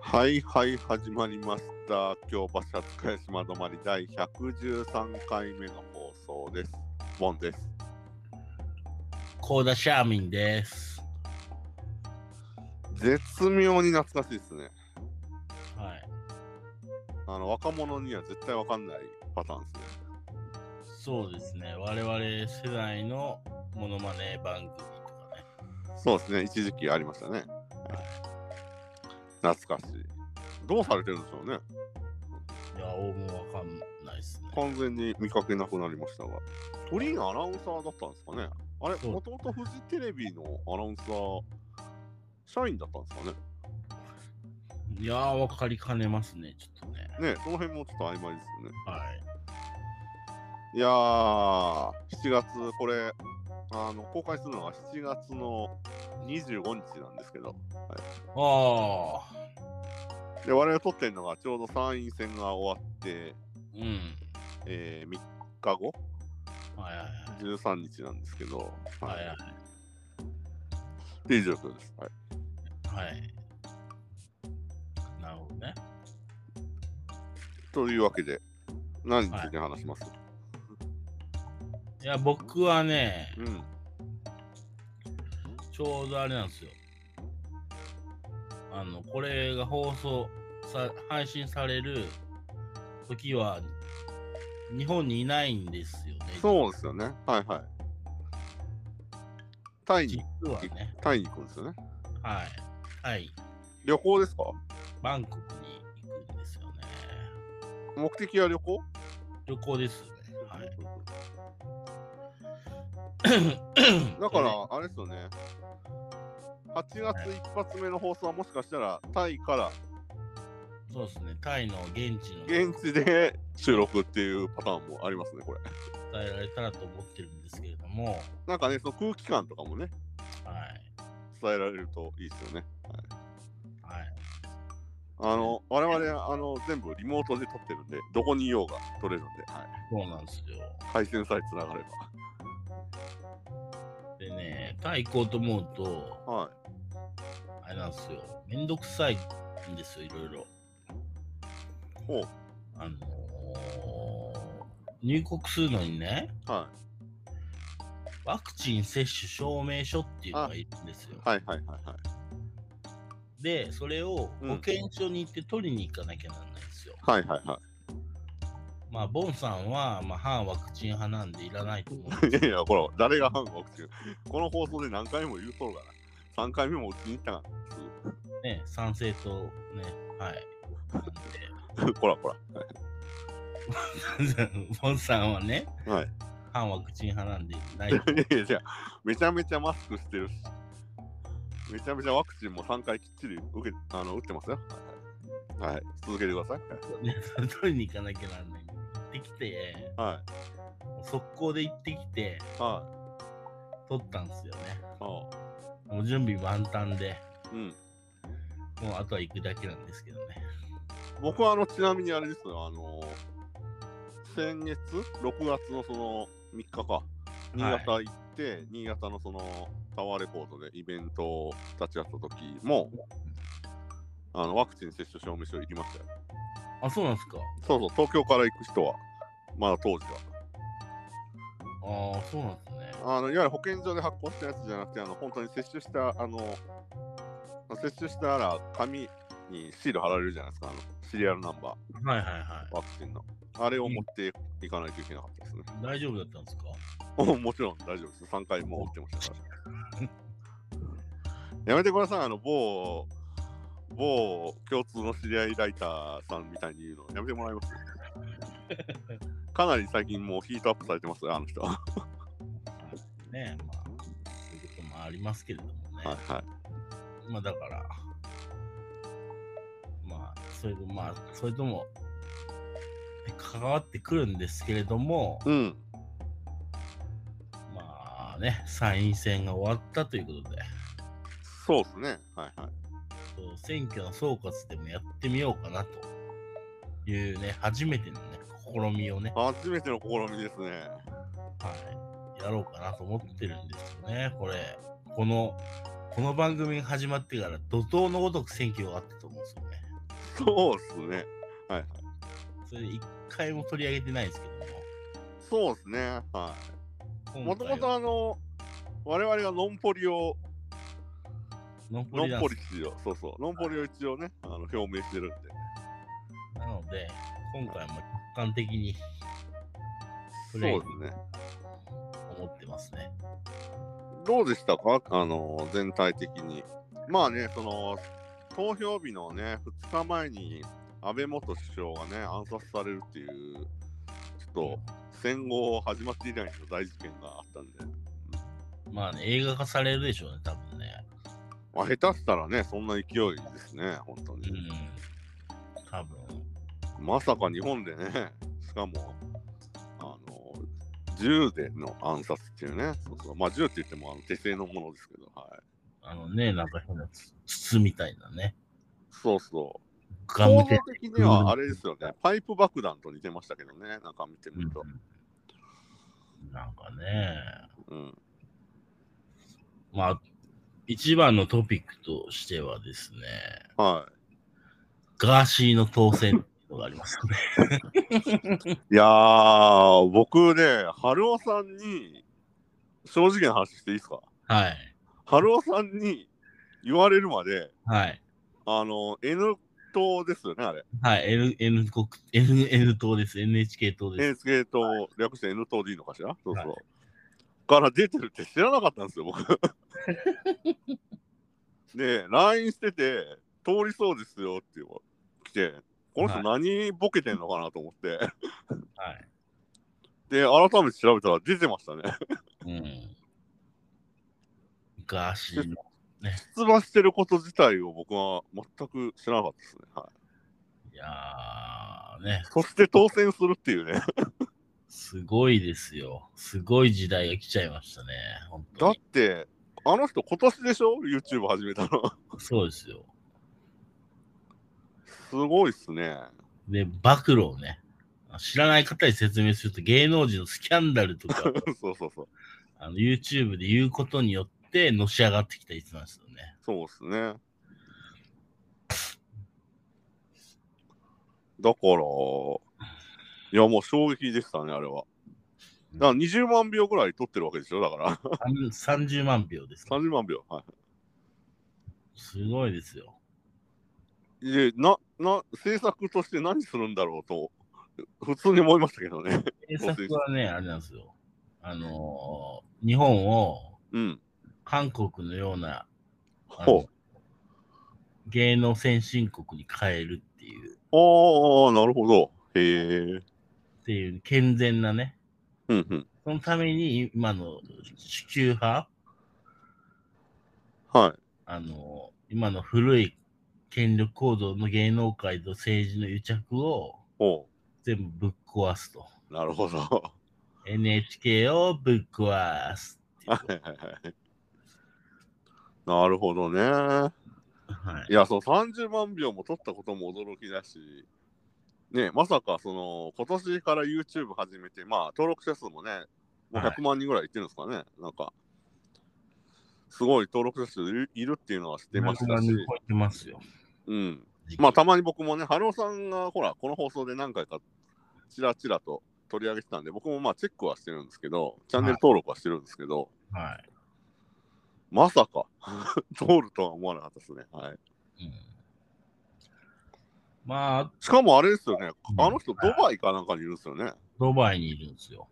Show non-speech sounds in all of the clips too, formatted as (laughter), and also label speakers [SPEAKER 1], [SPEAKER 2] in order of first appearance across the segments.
[SPEAKER 1] はいはい始まりました京橋八ヶ谷島止まり第113回目の放送ですボンです
[SPEAKER 2] コーダシャーミンです。
[SPEAKER 1] 絶妙に懐かしいですね
[SPEAKER 2] はい。
[SPEAKER 1] あの若者には絶対わかんないパターンですね
[SPEAKER 2] そうですね。我々世代のモノマネ番組とかね。
[SPEAKER 1] そうですね一時期ありましたね懐かしいどうされてるんでしょうね
[SPEAKER 2] いや、おもうわかんないですね。
[SPEAKER 1] 完全に見かけなくなりましたが鳥がアナウンサーだったんですかねあれ
[SPEAKER 2] そう
[SPEAKER 1] もともとフジテレビのアナウンサー社員だったんですかね
[SPEAKER 2] いやー、わかりかねますね、ちょっとね。
[SPEAKER 1] ねその辺もちょっと曖昧ですよね
[SPEAKER 2] はい。
[SPEAKER 1] いやー、7月、これ、あの公開するのが7月の25日なんですけど、
[SPEAKER 2] ああ、
[SPEAKER 1] で我々撮ってるのがちょうど参院選が終わって、
[SPEAKER 2] うん。
[SPEAKER 1] えー3日後、
[SPEAKER 2] はいはいはい。
[SPEAKER 1] 13日なんですけど、
[SPEAKER 2] はいはい
[SPEAKER 1] っていう状況です。はい、
[SPEAKER 2] はい。なるほどね。
[SPEAKER 1] というわけで、何について話します、
[SPEAKER 2] いや、僕はね、
[SPEAKER 1] うん、
[SPEAKER 2] ちょうどあれなんですよ。あの、これが放送さ、配信される時は、日本にいないんですよね。
[SPEAKER 1] そうですよね。はいはい。タイに
[SPEAKER 2] 実、はね。
[SPEAKER 1] タイに行くんですよね。
[SPEAKER 2] はい。はい。
[SPEAKER 1] 旅行ですか
[SPEAKER 2] バンコクに行くんですよね。
[SPEAKER 1] 目的は旅行
[SPEAKER 2] 旅行ですよね。はい。
[SPEAKER 1] だから、あれですよね。8月一発目の放送はもしかしたら、タイから
[SPEAKER 2] そうですね。タイの現地の伝
[SPEAKER 1] 現地で収録っていうパターンもありますね、これ。
[SPEAKER 2] えられたらと思ってるんですけれども、
[SPEAKER 1] なんかね、その空気感とかもね、
[SPEAKER 2] はい。
[SPEAKER 1] 伝えられるといいですよね。
[SPEAKER 2] はい。
[SPEAKER 1] あの、我々、あの、全部リモートで撮ってるんで、どこにいようが撮れるんで、はい、
[SPEAKER 2] そうなんですよ。
[SPEAKER 1] 回線さえ繋がれ
[SPEAKER 2] でね、タイ行こうと思うと、
[SPEAKER 1] ば。はい。
[SPEAKER 2] あれなんですよ。めんどくさいんですよ、いろいろ。
[SPEAKER 1] ほう。
[SPEAKER 2] あのー入国するのにね、
[SPEAKER 1] は
[SPEAKER 2] ワクチン接種証明書っていうのがいるんですよ
[SPEAKER 1] い。。はいはいはいはい。
[SPEAKER 2] で、それを
[SPEAKER 1] うん
[SPEAKER 2] 保健所に行って取りに行かなきゃなんないんですよ。
[SPEAKER 1] はいはいは
[SPEAKER 2] まあ、ボンさんは、まあ、反ワクチン派なんでいらないと思うん
[SPEAKER 1] い。いやいや、ほら、誰が反ワクチンこの放送で何回も言うとるから、3回目もうちに行ったか
[SPEAKER 2] で
[SPEAKER 1] (laughs)
[SPEAKER 2] ね、賛成とね、はい。
[SPEAKER 1] ら。こらこら。
[SPEAKER 2] なんでボンさんはね、
[SPEAKER 1] はい。
[SPEAKER 2] 反ワクチン派なんでないと思
[SPEAKER 1] いやいや、めちゃめちゃマスクしてるし、めちゃめちゃワクチンも3回きっちり受けあの打ってますよ。はい、はい続けてください。
[SPEAKER 2] うね、 (laughs) それ取りに行かなきゃなんないんで、行ってきて、
[SPEAKER 1] は
[SPEAKER 2] 速攻で行ってきて、
[SPEAKER 1] い、は
[SPEAKER 2] 取ったんですよね。
[SPEAKER 1] い、ああ
[SPEAKER 2] もう準備万端で、
[SPEAKER 1] うん。
[SPEAKER 2] もうあとは行くだけなんですけどね。
[SPEAKER 1] 僕はあの、ちなみにあれですよ、あの、先月、6月のその3日か、新潟行って、新潟のそのタワーレポートでイベントを立ち会った時も、あのワクチン接種証明書いりましたよ。
[SPEAKER 2] あ、そうなんですか。
[SPEAKER 1] そうそう、東京から行く人は、まだ当時は。
[SPEAKER 2] ああ、そうなんですね。
[SPEAKER 1] あのいわゆる保健所で発行したやつじゃなくて、あの本当に接種した、あの接種したら紙にシール貼られるじゃないですか、あのシリアルナンバ
[SPEAKER 2] はいはいは
[SPEAKER 1] ー、ワクチンの。あれを持っていかないといけなかったですね。
[SPEAKER 2] い。大丈夫だったんですか
[SPEAKER 1] お (laughs) もちろん大丈夫です。3回も打ってましたから。やめてください、あの某、某共通の知り合いライターさんみたいに言うのやめてもらいます。かなり最近もうヒートアップされてますよ、あの人は。
[SPEAKER 2] ねえ、まあ、そういうこともありますけれどもね。
[SPEAKER 1] はいはい。
[SPEAKER 2] まあだから、まあ、それとまあ、それとも、関わってくるんですけれども、
[SPEAKER 1] うん。
[SPEAKER 2] まあね、参院選が終わったということで、
[SPEAKER 1] そうですね。はいはい。
[SPEAKER 2] そう選挙の総括でもやってみようかなというね、初めてのね、試みをね、
[SPEAKER 1] 初めての試みですね。
[SPEAKER 2] はい、やろうかなと思ってるんですよね、これ。この、この番組が始まってから怒涛のごとく選挙があったと思うんですよね。
[SPEAKER 1] そうですね。はいはい。
[SPEAKER 2] それ一回も取り上げてないですけども
[SPEAKER 1] そうですね。は
[SPEAKER 2] 今
[SPEAKER 1] い。
[SPEAKER 2] 回
[SPEAKER 1] もともと
[SPEAKER 2] は
[SPEAKER 1] あの、我々がノンポリを、
[SPEAKER 2] ノンポ
[SPEAKER 1] ノ
[SPEAKER 2] リダ
[SPEAKER 1] ン
[SPEAKER 2] ン
[SPEAKER 1] ポ
[SPEAKER 2] ス
[SPEAKER 1] リ一応、そうそう、ノンポリを一応ね、あの表明してるんで。
[SPEAKER 2] なので、今回も一貫的に
[SPEAKER 1] そ
[SPEAKER 2] プ
[SPEAKER 1] う
[SPEAKER 2] レイ
[SPEAKER 1] ですね。
[SPEAKER 2] 思ってますね。
[SPEAKER 1] どうでしたかあの、全体的に。まあね、その、投票日のね、2日前に安倍元首相がね、暗殺されるっていう、ちょっと戦後始まって以来の大事件があったんで、
[SPEAKER 2] まあね、映画化されるでしょうね、多分ね。
[SPEAKER 1] まあ、下手したらね、そんな勢いですね、本当
[SPEAKER 2] う
[SPEAKER 1] に。
[SPEAKER 2] ん。多分。
[SPEAKER 1] まさか日本でね、しかも、あの、銃での暗殺っていうね、そうそうまあ銃って言ってもあの手製のものですけど、はい。
[SPEAKER 2] あのね、なんか変なつ筒みたいなね。
[SPEAKER 1] そうそう。
[SPEAKER 2] ガ
[SPEAKER 1] 構
[SPEAKER 2] ム
[SPEAKER 1] 造
[SPEAKER 2] テ
[SPEAKER 1] 的にはあれですよね、パイプ爆弾と似てましたけどね、なんか見てみると。
[SPEAKER 2] うんなんかね、
[SPEAKER 1] うん。
[SPEAKER 2] まあ、一番のトピックとしてはですね、
[SPEAKER 1] は
[SPEAKER 2] ガーシーの当選っていうのがありますね。 (laughs)
[SPEAKER 1] い。いやー、僕ね、春尾さんに、正直な話していいですか
[SPEAKER 2] はい。
[SPEAKER 1] 春尾さんに言われるまで、
[SPEAKER 2] はい。
[SPEAKER 1] あの、N 党ですよね、あれ。
[SPEAKER 2] はい。N、N 国、N、N 党です。NHK 党です。
[SPEAKER 1] NHK 党、略して N 党でいいのかしらそうそう。
[SPEAKER 2] は
[SPEAKER 1] から出てるって知らなかったんですよ、
[SPEAKER 2] (laughs)
[SPEAKER 1] 僕。で、LINE してて、通りそうですよっていうのが来て、この人何ボケてんのかなと思って、
[SPEAKER 2] はい。
[SPEAKER 1] で、改めて調べたら出てましたね。
[SPEAKER 2] うん。ガーシーの。
[SPEAKER 1] 出馬してること自体を僕は全く知らなかったですね。はい、
[SPEAKER 2] いやー、ね、
[SPEAKER 1] そして当選するっていうね。
[SPEAKER 2] すごいですよ。すごい時代が来ちゃいましたね。本
[SPEAKER 1] だ
[SPEAKER 2] 当
[SPEAKER 1] っ
[SPEAKER 2] に。
[SPEAKER 1] て、あの人今年でしょ ?YouTube 始めたの。
[SPEAKER 2] そうですよ。
[SPEAKER 1] すごいっすね。 (laughs)
[SPEAKER 2] で、暴露をね、知らない方に説明すると芸能人のスキャンダルとか
[SPEAKER 1] そうそうそう。
[SPEAKER 2] あの YouTube で言うことによってのし上がってきたりしてますよね。
[SPEAKER 1] そうですね。だから、いやもう衝撃でしたね、あれは。だから20万秒ぐらい取ってるわけでしょ、だから。 (laughs)
[SPEAKER 2] 30万票です。
[SPEAKER 1] 30万秒。は
[SPEAKER 2] すごいですよ。
[SPEAKER 1] い。で、な、な、制作として何するんだろうと、普通に思いましたけどね。 (laughs)
[SPEAKER 2] 制作はね、あれなんですよ。あのー日本を
[SPEAKER 1] うん。
[SPEAKER 2] 韓国のようなあの
[SPEAKER 1] ほう。
[SPEAKER 2] 芸能先進国に変えるっていう。
[SPEAKER 1] ああ、なるほど。へえ。
[SPEAKER 2] っていう健全なね、
[SPEAKER 1] うんうん。
[SPEAKER 2] そのために今の地球派、
[SPEAKER 1] はい。
[SPEAKER 2] あの、今の古い権力構造の芸能界と政治の癒着を
[SPEAKER 1] ほ
[SPEAKER 2] 全部ぶっ壊すと。
[SPEAKER 1] う。なるほど。 (laughs) は
[SPEAKER 2] NHK をぶっ壊すって
[SPEAKER 1] いはいはい。なるほどね。
[SPEAKER 2] いう。はい
[SPEAKER 1] い。や、そう、30万秒も取ったことも驚きだし、ね、まさか、その、今年から YouTube 始めて、まあ、登録者数もね、もう
[SPEAKER 2] はい
[SPEAKER 1] 100万人ぐらいいってるんですかね、なんか、すごい登録者数いるいるっていうのは知ってましたし、
[SPEAKER 2] 超えてますよ。
[SPEAKER 1] うん。まあ、たまに僕もね、春尾さんが、ほら、この放送で何回か、ちらちらと取り上げてたんで、僕もまあ、チェックはしてるんですけど、チャンネル登録はしてるんですけど、
[SPEAKER 2] は
[SPEAKER 1] まさか、 (laughs) 通るとは思わなかったですね。はい。
[SPEAKER 2] い。うん、まあ、
[SPEAKER 1] しかもあれですよね、
[SPEAKER 2] うん
[SPEAKER 1] あの人、ドバイかなんかにいるんですよね。
[SPEAKER 2] ドバイにいるんですよ。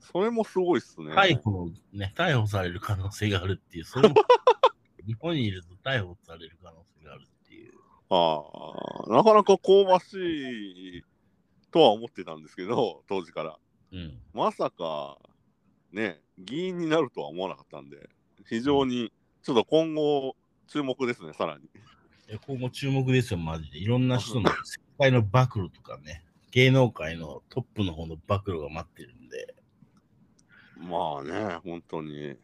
[SPEAKER 1] それもすごいっすね。
[SPEAKER 2] 逮捕の、ね、逮捕される可能性があるっていう、そ (laughs) れも日本にいると逮捕される可能性があるっていう。
[SPEAKER 1] ああ、なかなか香ばしいとは思ってたんですけど、当時から。
[SPEAKER 2] うん。
[SPEAKER 1] まさか、ね、議員になるとは思わなかったんで、非常に、ちょっと今後、注目ですね、さらに。
[SPEAKER 2] え今後注目ですよ、マジで。いろんな人の世界の暴露とかね、芸能界のトップの方の暴露が待ってるんで、
[SPEAKER 1] まあね、本当に。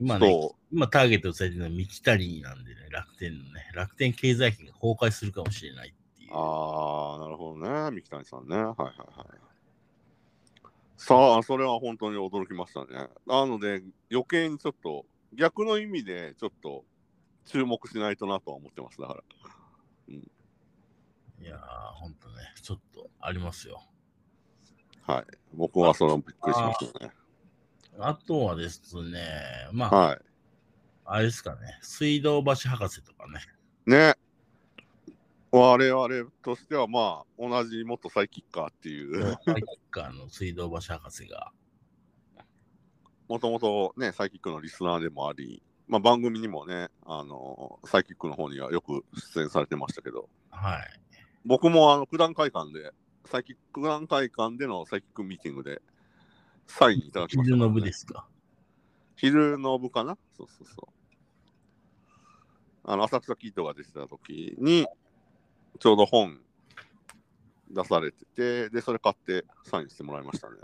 [SPEAKER 2] 今ね
[SPEAKER 1] そ、
[SPEAKER 2] 今ターゲットされてるのは三木谷なんでね、楽天のね、楽天経済圏が崩壊するかもしれないっていう。
[SPEAKER 1] ああ、なるほどね、三木谷さんね。はいはいはい。さあ、それは本当に驚きましたね。なので、余計にちょっと、逆の意味で、ちょっと、注目しないとなとは思ってます、だから。
[SPEAKER 2] いやー、ほんとね、ちょっとありますよ。
[SPEAKER 1] はい。僕はそのびっくりしましたね。
[SPEAKER 2] あとはですね、まあ、
[SPEAKER 1] は
[SPEAKER 2] あれですかね、水道橋博士とかね。
[SPEAKER 1] い。ね。我々としては、まあ、同じ元サイキッカーっていう、 (laughs)
[SPEAKER 2] サイキッカーの水道橋博士が。
[SPEAKER 1] もともとね、サイキックのリスナーでもあり、まあ、番組にもね、あのサイキックの方にはよく出演されてましたけど、
[SPEAKER 2] はい。
[SPEAKER 1] 僕もあの、九段会館で、サイキック、九段会館でのサイキックミーティングで、サインいただきましたか
[SPEAKER 2] 昼
[SPEAKER 1] ら
[SPEAKER 2] の
[SPEAKER 1] ね、
[SPEAKER 2] 部ですか。
[SPEAKER 1] 昼の部かなそうそうそう。あの、浅草キートが出てた時に、ちょうど本出されてて、で、それ買ってサインしてもらいました
[SPEAKER 2] (laughs)
[SPEAKER 1] ね。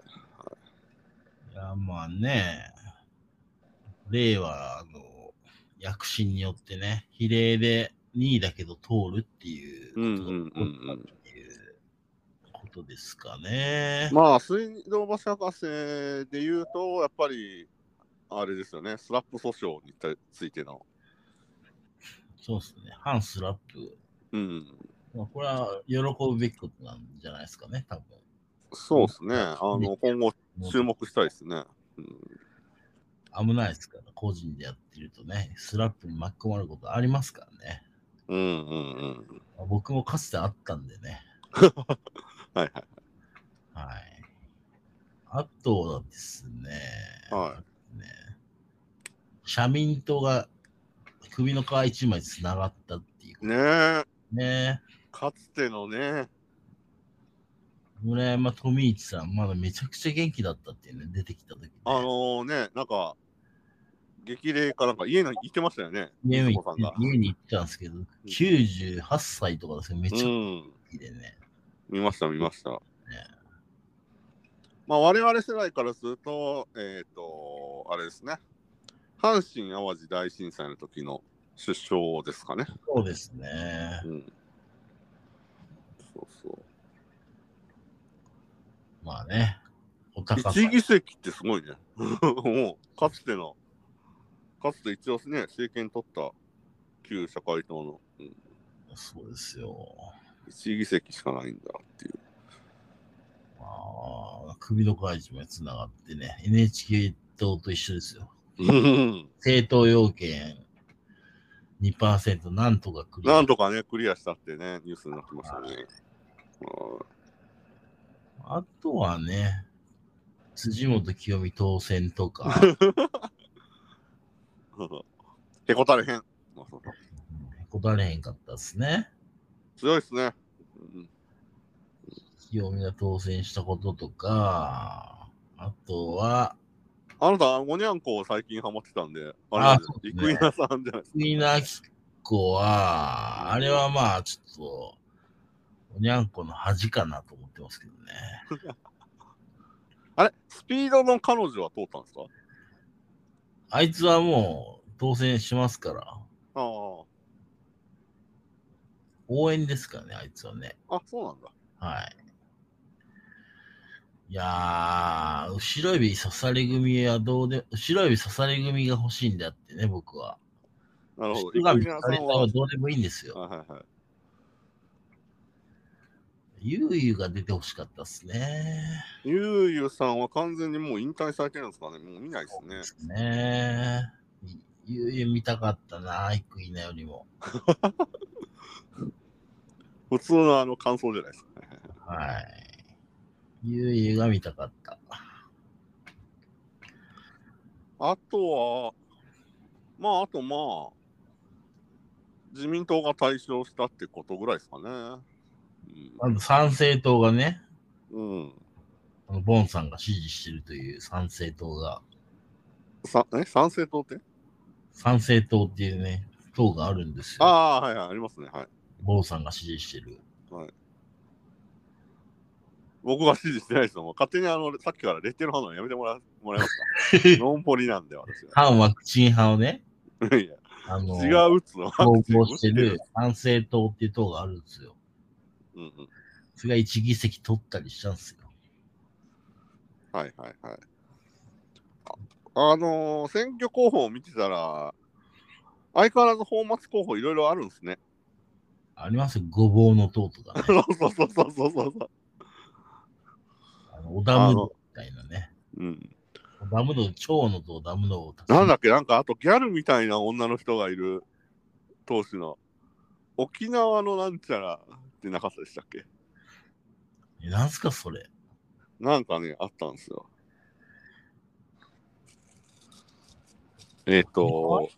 [SPEAKER 2] いや、まあね、令和の躍進によってね、比例で2位だけど通るっていう
[SPEAKER 1] うんうんう
[SPEAKER 2] こと
[SPEAKER 1] んうん。
[SPEAKER 2] っていうことですかね。
[SPEAKER 1] まあ、水道橋博士で言うと、やっぱり、あれですよね、スラップ訴訟についての。
[SPEAKER 2] そうですね、反スラップ。
[SPEAKER 1] うん。
[SPEAKER 2] まあ、これは喜ぶべきことなんじゃないですかね、多分。
[SPEAKER 1] そうですね。あの、今後
[SPEAKER 2] もう
[SPEAKER 1] 注目したいですね。うん
[SPEAKER 2] 危ないですから、個人でやってるとね、スラップに巻き込まれることありますからね。
[SPEAKER 1] うんうんうん。
[SPEAKER 2] まあ僕もかつてあったんでね。
[SPEAKER 1] はいはい。
[SPEAKER 2] はい。あとはですね、
[SPEAKER 1] は
[SPEAKER 2] ね社民党が首の皮一枚つながったっていうこ
[SPEAKER 1] ねえ、
[SPEAKER 2] とね。
[SPEAKER 1] かつてのね、
[SPEAKER 2] 村山富一さん、まだめちゃくちゃ元気だったっていうね、出てきた時、ね、
[SPEAKER 1] あのね、なんか、激励かなんか家に行ってましたよね、
[SPEAKER 2] 家に
[SPEAKER 1] 水
[SPEAKER 2] 行
[SPEAKER 1] 子さんが
[SPEAKER 2] っ。家に行ったんですけど、98歳とかですね、めちゃく
[SPEAKER 1] う
[SPEAKER 2] ちゃ元
[SPEAKER 1] ん、
[SPEAKER 2] 気でね。
[SPEAKER 1] 見ました、見ました。まあ、我々世代からすると、えっ、と、あれですね、阪神・淡路大震災の時の出生ですかね。
[SPEAKER 2] そうですね。
[SPEAKER 1] うん、そうそう
[SPEAKER 2] まあね、お高さ
[SPEAKER 1] 一議席ってすごいね。 (laughs) もう、かつての、かつて一応ね、政権取った旧社会党の、うん、
[SPEAKER 2] そうですよ。
[SPEAKER 1] 一議席しかないんだっていう。
[SPEAKER 2] まあ、首の皮一枚つながってね、NHK 党と一緒ですよ。 (laughs)
[SPEAKER 1] うん
[SPEAKER 2] 政党要件2%なんとかクリア。
[SPEAKER 1] なんとかね、クリアしたってね、ニュースになってましたね。
[SPEAKER 2] あとはね、辻元清美当選
[SPEAKER 1] (laughs)
[SPEAKER 2] とか、
[SPEAKER 1] うんへこたれへん。
[SPEAKER 2] うんへこたれへんかったですね。
[SPEAKER 1] 強いっすね。うん
[SPEAKER 2] 清美が当選したこととか、あとは、
[SPEAKER 1] あなた、おにゃんこ最近ハマってたんで、あれ
[SPEAKER 2] あ
[SPEAKER 1] なん
[SPEAKER 2] そう
[SPEAKER 1] で
[SPEAKER 2] ですすね
[SPEAKER 1] 生稲さんじゃないですか。
[SPEAKER 2] みなき子は、あれはまあちょっと、おにゃんこの恥かなと思ってますけどね。
[SPEAKER 1] あれスピードの彼女は通ったんですか
[SPEAKER 2] あいつはもう当選しますから、
[SPEAKER 1] ああ
[SPEAKER 2] 応援ですからね、あいつはね。
[SPEAKER 1] あ、そうなんだ。
[SPEAKER 2] はい。いやー、後ろ指刺され組はどうで、後ろ指刺され組が欲しいんだってね、僕は。
[SPEAKER 1] なるほど。
[SPEAKER 2] 人が
[SPEAKER 1] 生
[SPEAKER 2] 見
[SPEAKER 1] 稲
[SPEAKER 2] つか
[SPEAKER 1] さ
[SPEAKER 2] れた
[SPEAKER 1] んは。
[SPEAKER 2] は
[SPEAKER 1] はい
[SPEAKER 2] どうでもいいんですよ。
[SPEAKER 1] はいはい。
[SPEAKER 2] ゆうゆうが出てほしかったっすね。
[SPEAKER 1] ゆうゆさんは完全にもう引退されてるんですかねもう見ないですね
[SPEAKER 2] で。すね。ゆうゆう見たかったな、イクイナよりも。
[SPEAKER 1] 普通のあの感想じゃないですか、ね。
[SPEAKER 2] はい。ゆうゆうが見たかった。
[SPEAKER 1] あとは、まあ、あとまあ、自民党が対象したってことぐらいですかね。
[SPEAKER 2] あと参政党がね、
[SPEAKER 1] うん。うん、
[SPEAKER 2] あのボンさんが支持してるという参政党が、
[SPEAKER 1] さえ賛成党って
[SPEAKER 2] 参政党っていうね、党があるんですよ。
[SPEAKER 1] ああ、はいはい、ありますね。はい。
[SPEAKER 2] 坊さんが支持してる。
[SPEAKER 1] 僕が支持してないですよ。もう勝手にあの、さっきからレッテル派のやめてもらもらえますかノンポリなんで、私
[SPEAKER 2] 反ワクチン派をね、
[SPEAKER 1] は。いや、
[SPEAKER 2] あの、
[SPEAKER 1] 違うっつのは。
[SPEAKER 2] 統合してる賛成党っていう党があるんですよ。
[SPEAKER 1] うんうん。
[SPEAKER 2] それが一議席取ったりしたんですよ。
[SPEAKER 1] はいはいはい。あ、あのー選挙候補を見てたら、相変わらず泡沫候補いろいろあるんですね。 (laughs)
[SPEAKER 2] ありますよ、ごぼうのトートが、ね。
[SPEAKER 1] そうそうそうそうそうそう。
[SPEAKER 2] あのおダムみたいなね。
[SPEAKER 1] うん、
[SPEAKER 2] おダムの、蝶のとおダムのを足す
[SPEAKER 1] なんだっけ、なんかあとギャルみたいな女の人がいる投手の沖縄のなんちゃらってなかったでしたっけ
[SPEAKER 2] えなんすか、それ。
[SPEAKER 1] なんかね、あったんですよ。えっ、と、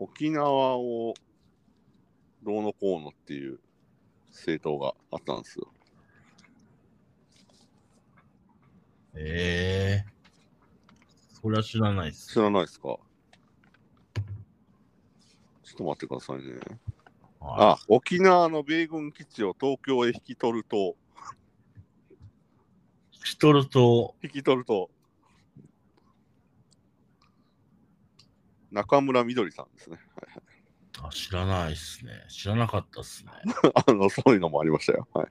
[SPEAKER 1] 沖縄をどうのこうのっていう政党があったんですよ。
[SPEAKER 2] ええそれは知らないです。
[SPEAKER 1] 知らないですかちょっと待ってくださいね。
[SPEAKER 2] は
[SPEAKER 1] あ、沖縄の米軍基地を東京へ引き取ると、
[SPEAKER 2] いシトルと、
[SPEAKER 1] 引き取ると、中村みどりさんですね。 (laughs)
[SPEAKER 2] あ知らないですね。知らなかったですね。
[SPEAKER 1] あの、そういうのもありましたよ。はい。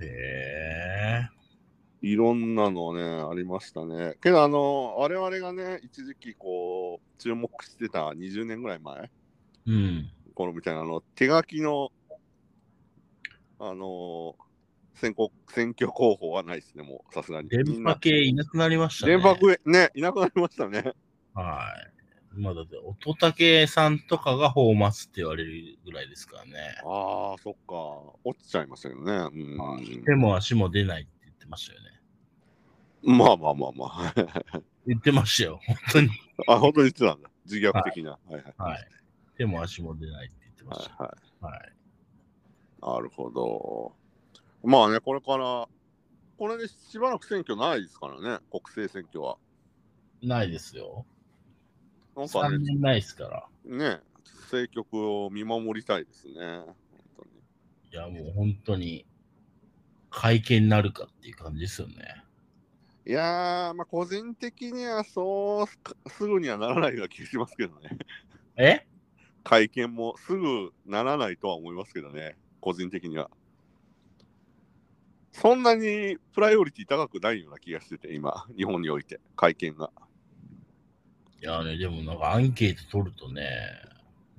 [SPEAKER 2] へえ
[SPEAKER 1] いろんなのね、ありましたね。けど、あの、我々がね、一時期こう、注目してた20年ぐらい前
[SPEAKER 2] うん。
[SPEAKER 1] 頃みたいな、あの、手書きの、あの、選挙選挙候補はないですね、もう、さすがに。み
[SPEAKER 2] 電
[SPEAKER 1] ん
[SPEAKER 2] 波
[SPEAKER 1] な
[SPEAKER 2] 系いなくなりましたね。
[SPEAKER 1] 電波系ね、いなくなりましたね。
[SPEAKER 2] はい。まあだって、乙武さんとかが放末って言われるぐらいですからね。
[SPEAKER 1] ああ、そっか。落ちちゃいましたけどね。うん。
[SPEAKER 2] 手も足も出ないって言ってましたよね。
[SPEAKER 1] まあまあまあまあ。 (laughs)
[SPEAKER 2] 言ってましたよ、本当に。
[SPEAKER 1] あ、本当に言ってたんだ。自虐的な。はいはい。
[SPEAKER 2] はい。手も足も出ないって言ってま
[SPEAKER 1] は
[SPEAKER 2] し
[SPEAKER 1] い
[SPEAKER 2] た。
[SPEAKER 1] はい
[SPEAKER 2] はい。
[SPEAKER 1] なるほど。まあね、これから、これでしばらく選挙ないですからね、国政選挙は。
[SPEAKER 2] ないですよ。
[SPEAKER 1] なんかね、
[SPEAKER 2] 3年ないですから。
[SPEAKER 1] ね政局を見守りたいですね。本当に
[SPEAKER 2] いや、もう本当に、会見になるかっていう感じですよね。
[SPEAKER 1] いやー、まあ、個人的にはそうすすぐにはならないような気がしますけどね。
[SPEAKER 2] え
[SPEAKER 1] 会見もすぐならないとは思いますけどね、個人的には。そんなにプライオリティ高くないような気がしてて、今、日本において、会見が。
[SPEAKER 2] いやね、でもなんかアンケート取るとね、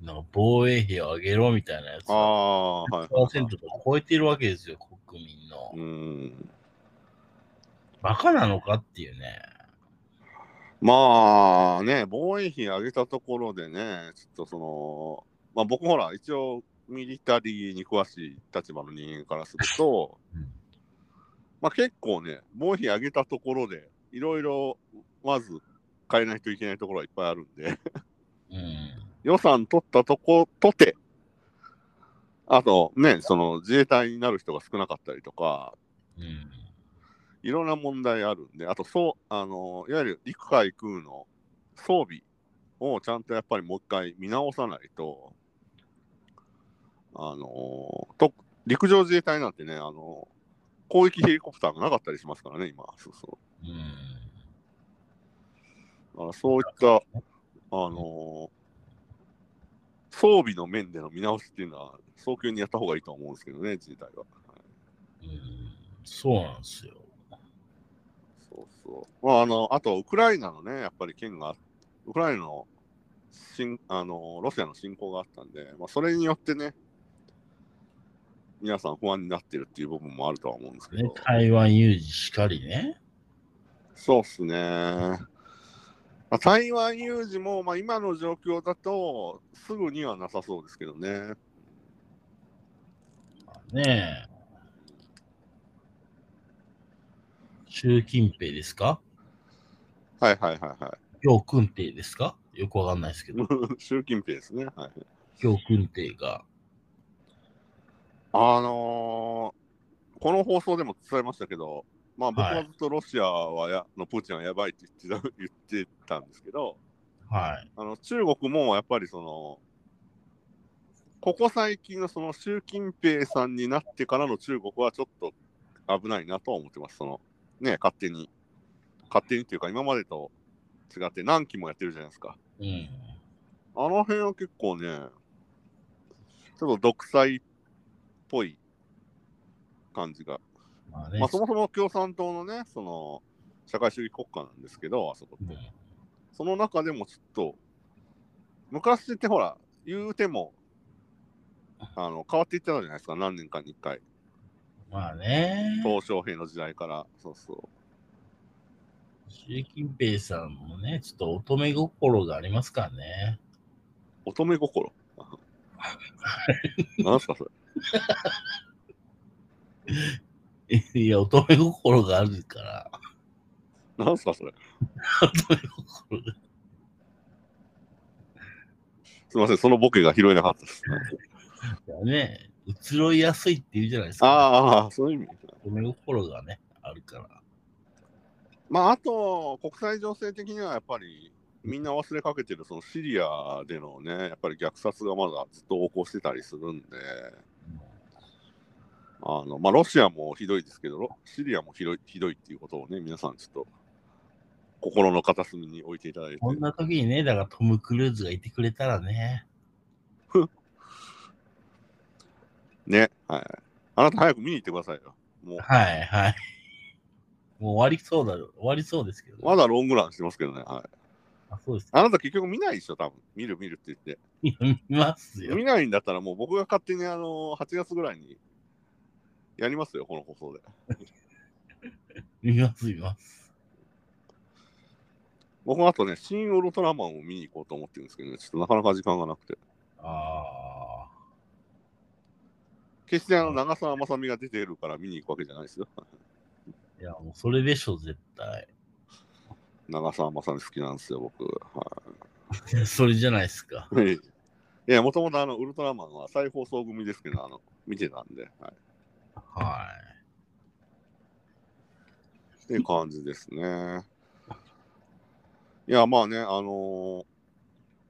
[SPEAKER 2] なんか防衛費を上げろみたいなやつ
[SPEAKER 1] あ
[SPEAKER 2] が
[SPEAKER 1] あ、はいはいはい、
[SPEAKER 2] 100%とか超えてるわけですよ、国民の。
[SPEAKER 1] うん
[SPEAKER 2] バカなのかっていうね。
[SPEAKER 1] まあね、防衛費上げたところでね、ちょっとその、まあ僕ほら、一応ミリタリーに詳しい立場の人間からすると、
[SPEAKER 2] うん
[SPEAKER 1] まあ結構ね、防衛費上げたところで、いろいろまず変えないといけないところはいっぱいあるんで、 (laughs)
[SPEAKER 2] うん。
[SPEAKER 1] 予算取ったとことて、あとね、その自衛隊になる人が少なかったりとか、
[SPEAKER 2] うん。
[SPEAKER 1] いろんな問題あるんで、あとそう、あのいわゆる陸海空の装備をちゃんとやっぱりもう一回見直さないと、あのと陸上自衛隊なんてね、あの攻撃ヘリコプターがなかったりしますからね、今。そうそ
[SPEAKER 2] うん。
[SPEAKER 1] うだからそういった、あの装備の面での見直しっていうのは、早急にやった方がいいと思うんですけどね、自衛隊は。
[SPEAKER 2] うん。そうなんですよ。
[SPEAKER 1] そうそう。まあ、あの、あと、ウクライナのね、やっぱり県が、ウクライナの侵あのロシアの侵攻があったんで、まあ、それによってね、皆さん不安になってるっていう部分もあるとは思うんですけ
[SPEAKER 2] ね
[SPEAKER 1] ど、、
[SPEAKER 2] 台湾有事しかりね。
[SPEAKER 1] そうっすね。まあ、台湾有事も、まあ、今の状況だと、すぐにはなさそうですけどね。
[SPEAKER 2] ねえ。習近平ですか
[SPEAKER 1] はいはいはいは
[SPEAKER 2] 楊君平ですかよくわかんないです
[SPEAKER 1] (laughs)
[SPEAKER 2] けど、
[SPEAKER 1] い。習近平ですね。はい。
[SPEAKER 2] 楊君平が。
[SPEAKER 1] あのーこの放送でも伝えましたけど、まあ、僕
[SPEAKER 2] は
[SPEAKER 1] はいずっとロシアはや、のプーチンはやばいって言ってた言ってたんですけど、
[SPEAKER 2] はい。
[SPEAKER 1] あの中国もやっぱりその、ここ最近のその習近平さんになってからの中国はちょっと危ないなとは思ってます。そのね、勝手に。勝手にっていうか、今までと違って何期もやってるじゃないですか。
[SPEAKER 2] うん。
[SPEAKER 1] あの辺は結構ね、ちょっと独裁っぽい感じが
[SPEAKER 2] まあね。
[SPEAKER 1] まあ、そもそも共産党のね、その社会主義国家なんですけど、あそこ
[SPEAKER 2] うん
[SPEAKER 1] その中でもちょっと、昔ってほら、言うても、あの変わっていっちゃうじゃないですか、何年かに一回。
[SPEAKER 2] まあね。
[SPEAKER 1] 鄧小平の時代から。そうそ
[SPEAKER 2] 習近平さんもね、ちょっと乙女心がありますからね。
[SPEAKER 1] う。乙女心。何すかそれ。
[SPEAKER 2] (laughs) いや、乙女心があるから。
[SPEAKER 1] 何すか (laughs) それ。
[SPEAKER 2] 乙女心が。
[SPEAKER 1] すみません、そのボケが拾えなかったです。
[SPEAKER 2] ね、移ろいやすいって言うじゃないですか。
[SPEAKER 1] ああ、そういう意味。
[SPEAKER 2] 乙女心がね、あるから。
[SPEAKER 1] まあ、あと、国際情勢的にはやっぱり、みんな忘れかけてるそのシリアでのね、やっぱり虐殺がまだずっと横行してたりするんで、あのまあ、ロシアもひどいですけど、ロシリアもひどいひどいっていうことをね、皆さんちょっと心の片隅に置いていただいて、
[SPEAKER 2] こんな時にね、だからトム・クルーズがいてくれたらね、
[SPEAKER 1] ね、はい。あなた早く見に行ってくださいよ。もう、
[SPEAKER 2] はいはい。もう終わりそうだろ、終わりそうですけど、
[SPEAKER 1] まだロングランしてますけどね、はい。
[SPEAKER 2] あそうです。
[SPEAKER 1] あなた結局見ないでしょ、多分見る見るって言って。
[SPEAKER 2] いや見ますよ。
[SPEAKER 1] 見ないんだったらもう僕が勝手にあの8月ぐらいにやりますよ、この放送で。
[SPEAKER 2] 見ます、見ます。
[SPEAKER 1] 僕はあとね、新ウルトラマンを見に行こうと思ってるんですけどね、ちょっとなかなか時間がなくて。
[SPEAKER 2] ああ。
[SPEAKER 1] 決してあの長澤まさみが出てるから見に行くわけじゃないですよ。 (laughs)
[SPEAKER 2] いや、もうそれでしょ、絶対。 (laughs)
[SPEAKER 1] 長澤まさみ好きなんですよ、僕。はい
[SPEAKER 2] やそれじゃないですか。
[SPEAKER 1] い。いや、もともとあの、ウルトラマンは再放送組ですけど、あの、見てたんで、はい。
[SPEAKER 2] は
[SPEAKER 1] っていう感じですね。いや、まあね、あのー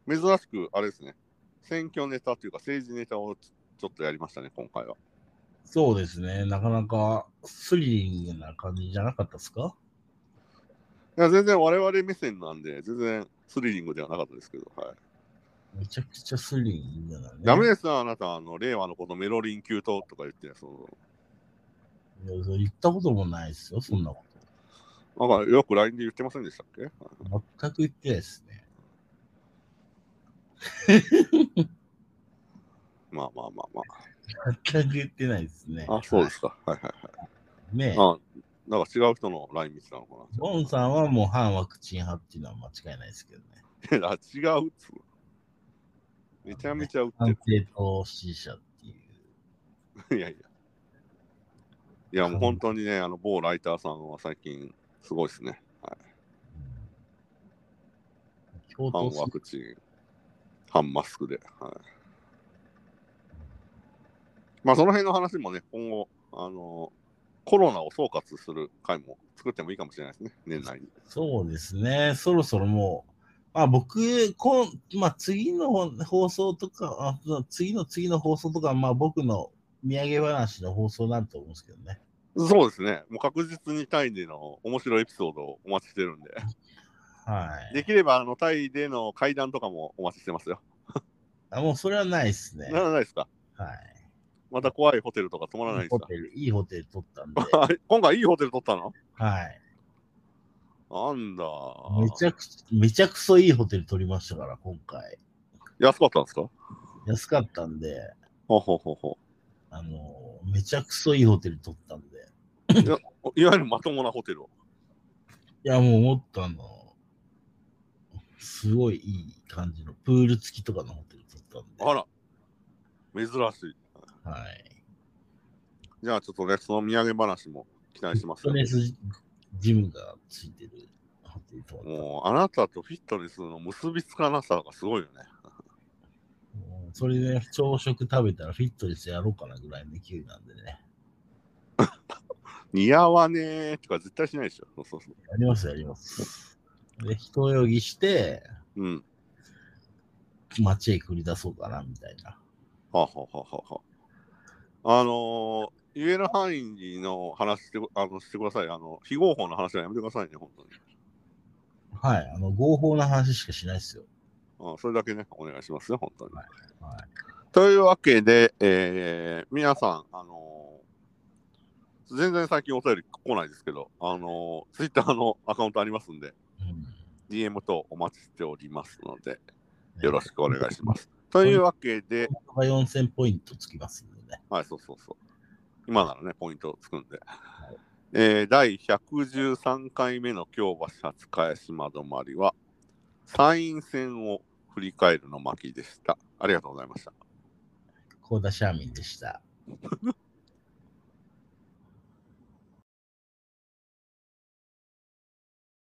[SPEAKER 1] 珍しく、あれですね、選挙ネタというか政治ネタをちちょっとやりましたね、今回は。
[SPEAKER 2] い。そうですね、なかなかスリリングな感じじゃなかったですか
[SPEAKER 1] いや、全然我々目線なんで、全然スリリングではなかったですけど、はい。
[SPEAKER 2] めちゃくちゃスリリングだね。
[SPEAKER 1] ダメですよ、あなた、あの、令和のことメロリン級ととか言って、その、
[SPEAKER 2] いや言ったこともないですよ、そんなこ
[SPEAKER 1] なんかよく LINE で言ってませんでしたっけ、はい
[SPEAKER 2] と。全く言ってないですね。
[SPEAKER 1] まあまあまあ
[SPEAKER 2] 全く言ってないですね。
[SPEAKER 1] まあ。あ、そうですか。はいはいはい。
[SPEAKER 2] ねえ、
[SPEAKER 1] あなんか違う人の LINE 見てたのか
[SPEAKER 2] ボンさんはもう反ワクチン派っていうのは間違いないですけどね。
[SPEAKER 1] な (laughs) あ違うっつうのめちゃめちゃ売って
[SPEAKER 2] 反政党支持者っていう。
[SPEAKER 1] (laughs) る。いやいや。いやもう本当にね、あの某ライターさんは最近すごいですね。
[SPEAKER 2] 共
[SPEAKER 1] 反
[SPEAKER 2] 闘
[SPEAKER 1] ワ
[SPEAKER 2] す
[SPEAKER 1] クチン、反マスクで。はい、まあその辺の話もね、今後、あのコロナを総括する回も作ってもいいかもしれないですね、年内に。
[SPEAKER 2] そうですね、そろそろもう、まあ僕、こんまあ、次の放送とか、あ次の次の放送とか、まあ僕の土産話の放送になると思うんですけどね。
[SPEAKER 1] そうですね、もう確実にタイでの面白いエピソードをお待ちしてるん
[SPEAKER 2] (laughs)
[SPEAKER 1] で。
[SPEAKER 2] はい。
[SPEAKER 1] できればあのタイでの会談とかもお待ちしてますよ。
[SPEAKER 2] あもうそれはないですね。
[SPEAKER 1] な
[SPEAKER 2] は
[SPEAKER 1] らないですかまた怖いホテルとか泊まらない
[SPEAKER 2] い。
[SPEAKER 1] で
[SPEAKER 2] いい
[SPEAKER 1] す
[SPEAKER 2] ホ
[SPEAKER 1] か
[SPEAKER 2] テル、いいホテル
[SPEAKER 1] (laughs)
[SPEAKER 2] 取ったんで、
[SPEAKER 1] あれ今回いいホテル取ったの
[SPEAKER 2] はい。
[SPEAKER 1] なんだ。
[SPEAKER 2] めちゃくちゃ、めちゃくそいいホテル取りましたから、今回。
[SPEAKER 1] 安かったんですか
[SPEAKER 2] 安かったんで、
[SPEAKER 1] ほうほうほうほ
[SPEAKER 2] あの、めちゃくそいいホテル取ったんで。
[SPEAKER 1] う。いわゆるまともなホテルを。
[SPEAKER 2] いや、もうもっとあの、すごいいい感じの、プール付きとかのホテル取ったんで。
[SPEAKER 1] あら、珍しい。
[SPEAKER 2] はい。
[SPEAKER 1] じゃあちょっとね、その土産話も期待してま
[SPEAKER 2] フィッ
[SPEAKER 1] す
[SPEAKER 2] ト
[SPEAKER 1] よ。
[SPEAKER 2] ネスジムが付いてるホテルとか、
[SPEAKER 1] もうあなたとフィットネスの結びつかなさがすごいよね。
[SPEAKER 2] もうそれで朝食食べたらフィットネスやろうかなぐらいの勢いなんでね。
[SPEAKER 1] 似合わねえとか絶対しないでしょ。そうそうそ
[SPEAKER 2] やります、やります。で、一泳ぎして、
[SPEAKER 1] う。うん。
[SPEAKER 2] 街へ繰り出そうかなみたいな。
[SPEAKER 1] はあ、はあはあはあはあ、あのー言える範囲の話してくあのしてください。あの、非合法の話はやめてくださいね、本当に。
[SPEAKER 2] はい、あの、合法な話しかしないですよ。
[SPEAKER 1] あそれだけね、お願いしますね、本当に。
[SPEAKER 2] は
[SPEAKER 1] というわけで、えー皆さん、あのー全然最近お便り来ないですけど、あのツイッター Twitter のアカウントありますんで、
[SPEAKER 2] い。うん
[SPEAKER 1] DM 等お待ちしておりますので、よろしくお願いします。というわけで、
[SPEAKER 2] が4000ポイントつきますんでね。
[SPEAKER 1] はい、そうそうそう。今ならね、ポイントつくんで。えー第113回目の京橋初返し窓まりは、参院選を振り返るの巻でした。ありがとうございました。
[SPEAKER 2] コーダシャーミンでした。